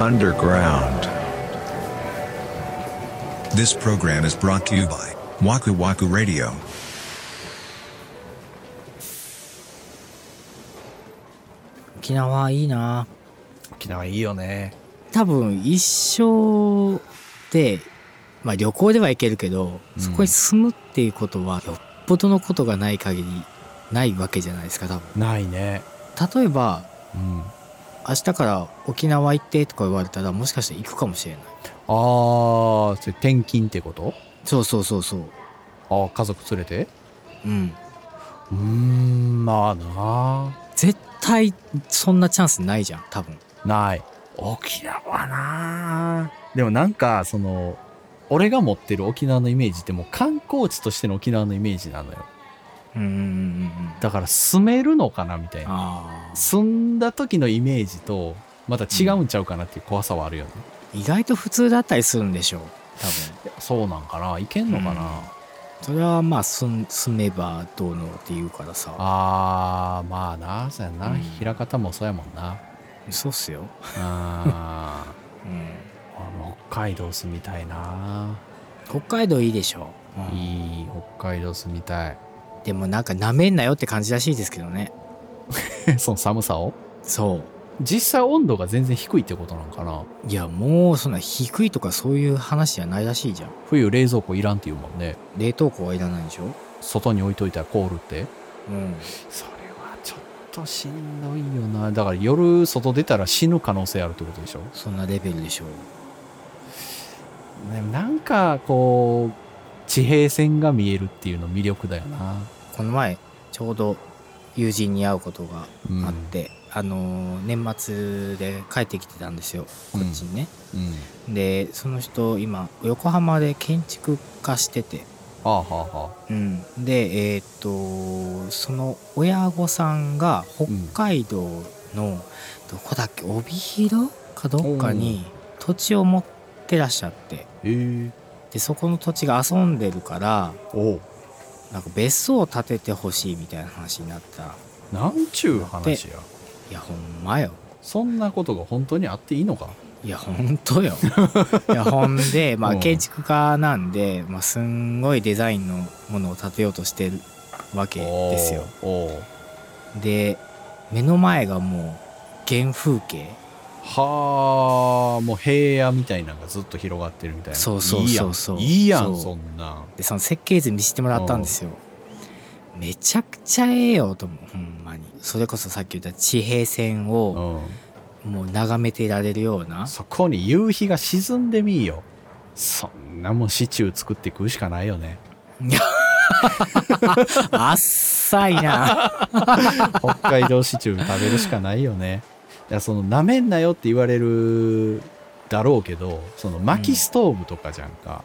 Underground. This program is brought to you by Waku Waku Radio. 沖縄いいな沖縄いいよね多分一生で、まあ、旅行では行けるけどそこに住むっていうことはよっぽどのことがない限りないわけじゃないですか多ないね分例えばうん明日から沖縄行ってとか言われたらもしかしたら行くかもしれないああそれ転勤ってことそうそうそうそうああ家族連れてうんうーんまあな絶対そんなチャンスないじゃん多分ない沖縄なでもなんかその俺が持ってる沖縄のイメージってもう観光地としての沖縄のイメージなのようんうんうんうんだから住めるのかなみたいなああ住んだ時のイメージとまた違うんちゃうかなっていう怖さはあるよね、意外と普通だったりするんでしょう多分そうなんかないけんのかな、うんそれはまあ住ん住めばどうのって言うからさあーまあなそうやな、うん枚方もそうやもんなそうっすよ、 あーうん、俺も北海道住みたいな、北海道いいでしょ、うんいい北海道住みたいでもなんかなめんなよって感じらしいですけどねその寒さをそ実際温度が全然低いってことなのかなういやもうそんな低いとかそういう話じゃないらしいじゃん冬冷蔵庫いらんって言うもんね冷凍庫はいらないでしょ外に置いといたら凍るってうんそれはちょっとしんどいよなだから夜外出たら死ぬ可能性あるってことでしょそんなレベルでしょうでもなんかこう地平線が見えるっていうの魅力だよな、この前ちょうど友人に会うことがうんあって、あのー年末で帰ってきてたんですよこっちにね、うんでその人今横浜で建築家しててはあはあはあうん、でえーっとその親御さんが北海道の、どこだっけ帯広かどっかに土地を持ってらっしゃってえー、でそこの土地が遊んでるからおなんか別荘を建ててほしいみたいな話になったなんちゅう話やいやほんまよそんなことが本当にあっていいのかいやほん とよいやほんで、まうあ、ん建築家なんで、まあ、すんごいデザインのものを建てようとしてるわけですよおおうで目の前がもう原風景はあもう平野みたいなのがずっと広がってるみたいなそうそうそうそういいやんいいやんそうそんなんでその設計図見せてもらったんですよめちゃくちゃええよと思うほんまにそれこそさっき言った地平線をう、もう眺めていられるような んそこに夕日が沈んでみいよそんなもんシチュー作って食うしかないよねあっさいな北海道シチュー食べるしかないよねだからそのなめんなよって言われるだろうけどその薪ストーブとかじゃんか、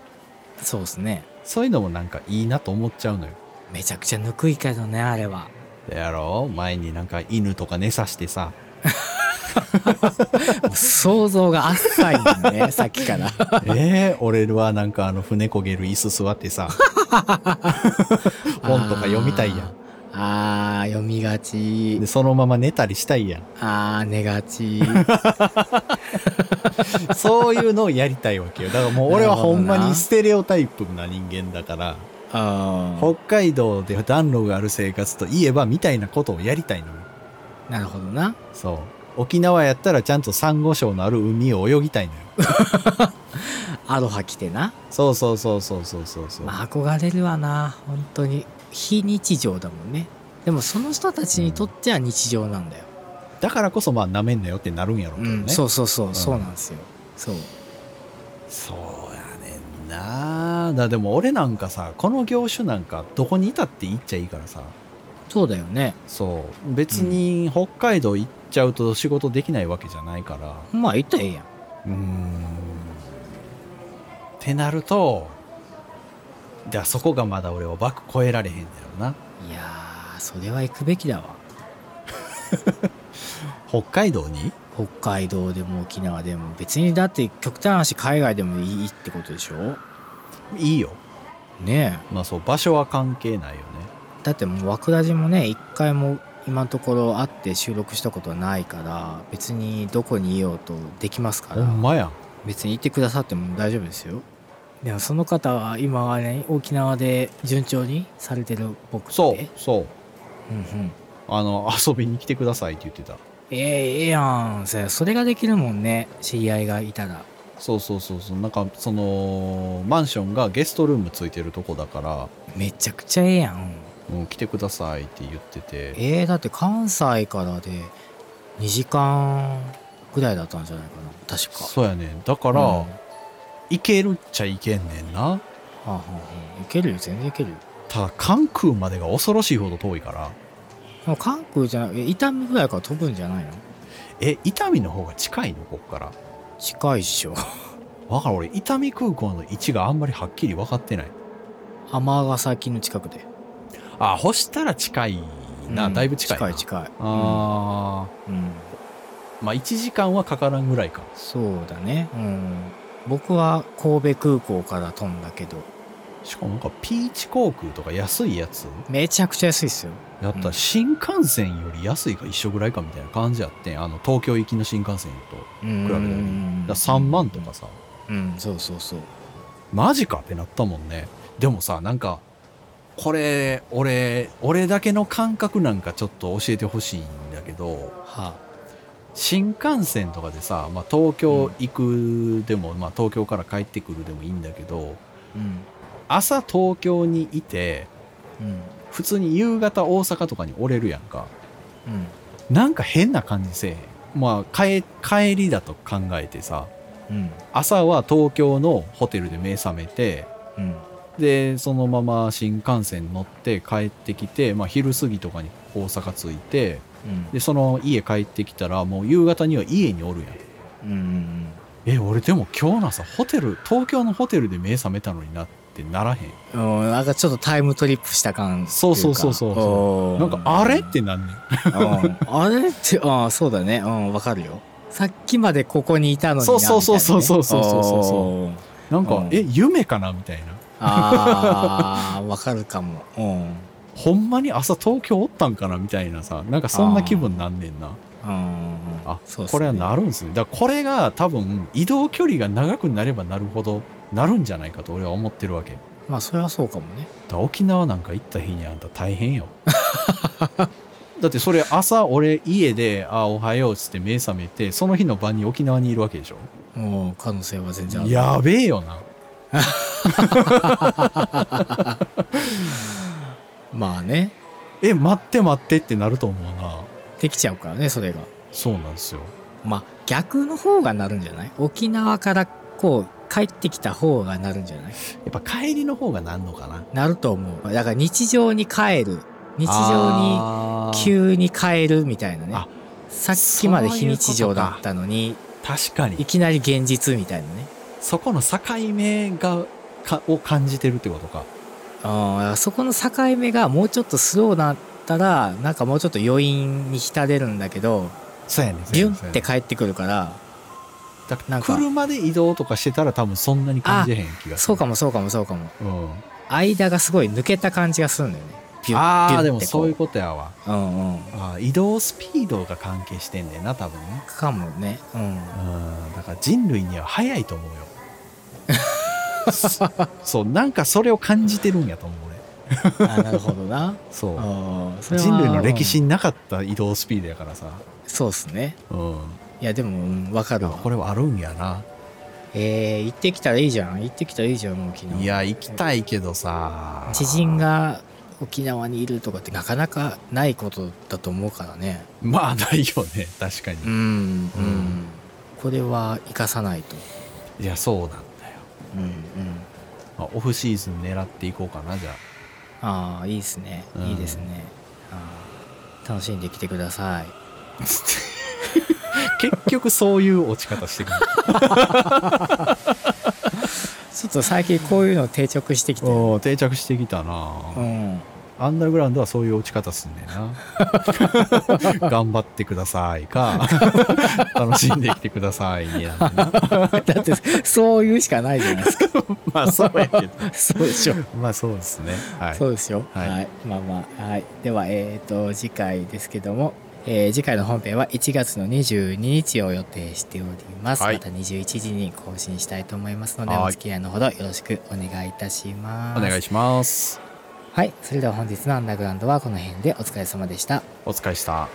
そうですねそういうのもなんかいいなと思っちゃうのよめちゃくちゃぬくいけどねあれはやろ前になんか犬とか寝さしてさもう想像があっさいん だねさっきから「 えー、俺はなんかあの船こげる椅子座って さ本とか読みたいやんあーあー読みがちでそのまま寝たりした いやんああ寝が ちそういうのをやりたいわけよだからもう俺はほんまなるほどになステレオタイプな人間だからあ北海道で暖炉がある生活といえばみたいなことをやりたいのよーなるほどなそう沖縄やったらちゃんと珊瑚礁のある海を泳ぎたいの よアロハ着てなそうそうそうそうそうそうそうまあ憧れるわな本当に非日常だもんねでもその人たちにとっては日常なんだよ、だからこそまあなめんなよってなるんやろううけどね、んそうそうそう、んそうなんですよそうそうやねんなだでも俺なんかさこの業種なんかどこにいたって行っちゃいいからさそうだよねそう別に北海道行っちゃうと仕事できないわけじゃないからまあ言ったらええやんうーんってなるとだそこがまだ俺はバック超えられへんだよないやーそれは行くべきだわ北海道に北海道でも沖縄でも別にだって極端な話海外でもいいってことでしょいいよねまあそう場所は関係ないよねえだってもう和倉寺もね一回も今のところ会って収録したことはないから別にどこにいようとできますかほらんまやん別に行ってくださっても大丈夫ですよでもその方は今はね沖縄で順調にされてる僕そうそううんうんあの遊びに来てくださいって言ってたええええやんそれそれができるもんね知り合いがいたらそうそうそうそうなんかそのマンションがゲストルームついてるとこだからめちゃくちゃええやんもう来てくださいって言っててええだって関西からで2時間ぐらいだったんじゃないかな確かそうやねだから、うん行けるっちゃ行けんねんなはあはあはあいけるよ全然いけるよただ関空までが恐ろしいほど遠いからでも関空じゃなくて痛みぐらいから飛ぶんじゃないのえ伊丹の方が近いのこっから近いっ しょわからん俺伊丹空港の位置があんまりはっきり分かってない尼崎の近くであほしたら近いな、うんだいぶ近いな近い近いあー、うん、うんまあ1時間はかからんぐらいかそうだねうん僕は神戸空港から飛んだけどしかもなんかピーチ航空とか安いやつめちゃくちゃ安いっすよやったうらん新幹線より安いか一緒ぐらいかみたいな感じやってんあの東京行きの新幹線とだかう比んべたらねら3万とかさうんそうそうそうマジかってなったもんねでもさなんかこれ俺俺だけの感覚なんかちょっと教えてほしいんだけどは新幹線とかでさ、まあ、東京行くでも、まあ、東京から帰ってくるでもいいんだけどうん朝東京にいてうん普通に夕方大阪とかに折れるやんかうんなんか変な感じせえへんまあ帰帰りだと考えてさうん朝は東京のホテルで目覚めてうんでそのまま新幹線乗って帰ってきて、まあ、昼過ぎとかに大阪着いてうんでその家帰ってきたらもう夕方には家におるやんうんうんえ俺でも今日の朝ホテル東京のホテルで目覚めたのになってならへんうんうんなんかちょっとタイムトリップした感っていかそうそうそうそうおーなんかあれってなんねんうんあれってああそうだねうんわかるよさっきまでここにいたのになそうそうそうそうそうそうそうそうそうみたいなねおーなんか、うんえ夢かなみたいなああわかるかもうんほんまに朝東京おったんかなみたいなさなんかそんな気分なんねんなうんあそうっすこねれはなるんですねだからこれが多分移動距離が長くなればなるほどなるんじゃないかと俺は思ってるわけだかまあそれはそうかもねら沖縄なんか行った日にあんた大変よ だってそれ朝俺家で「あおはよう」っつって目覚めてその日の晩に沖縄にいるわけでしょうん可能性は全然あるやべえよなまあねえ待って待ってってなると思うなできちゃうからねそれがそうなんですよまあ逆の方がなるんじゃない沖縄からこう帰ってきた方がなるんじゃないやっぱ帰りの方がなんのかななると思うだから日常に帰る日常にに急に帰るみたいなねあさっきまで非日常だったのに確かいにきなり現実みたいなねそこの境目がかを感じてるってことかあーそこの境目がもうちょっとスローだったらなんかもうちょっと余韻に浸れるんだけどそうやねんそうビやュねんンって帰ってくるからだかならんか車で移動とかしてたら多分そんなに感じへん気がするそうかもそうかもそうかもうん間がすごい抜けた感じがするんだよねビュンあビュンあってでこもそういうことやわうんうんあー移動スピードが関係してんねんな多分ねかもねうん うんだから人類には早いと思う よそそうなんかそれを感じてるんやと思う俺あなるほどなそううんそれは人類の歴史うんになかった移動スピードやからさ、そうですねうん、いやでもうんわかるあわこれはあるんやな、えー、行ってきたらいいじゃん行ってきたらいいじゃん沖縄いや行きたいけどさ知人が沖縄にいるとかってなかなかないことだと思うからねまあないよね確かに、うん、うん、これは生かさないといやそうなんだよ、うんうんまあ、オフシーズン狙っていこうかなじゃああいいですねうんいいですね、あー楽しんできてくださいあ結局そういう落ち方してくるちょっと最近こういうの定着してきてる おー定着してきたな、うん アンダーグラウンドはそういう落ち方すんねん な頑張ってください か楽しんできてくださいになんてなだってそういうしかないじゃないですかま まあ そうやけどそうでしょまあそうですねはいそうですよ。は、はいいまあまあ、はい、では、えっ、と、次回ですけども。えー次回の本編は1月の22日を予定しております。はいまた21時に更新したいと思いますので、はいお付き合いのほどよろしくお願いいたします。お願いしますはい、それでは本日のアンダーグラウンドはこの辺でお疲れ様でした。お疲れした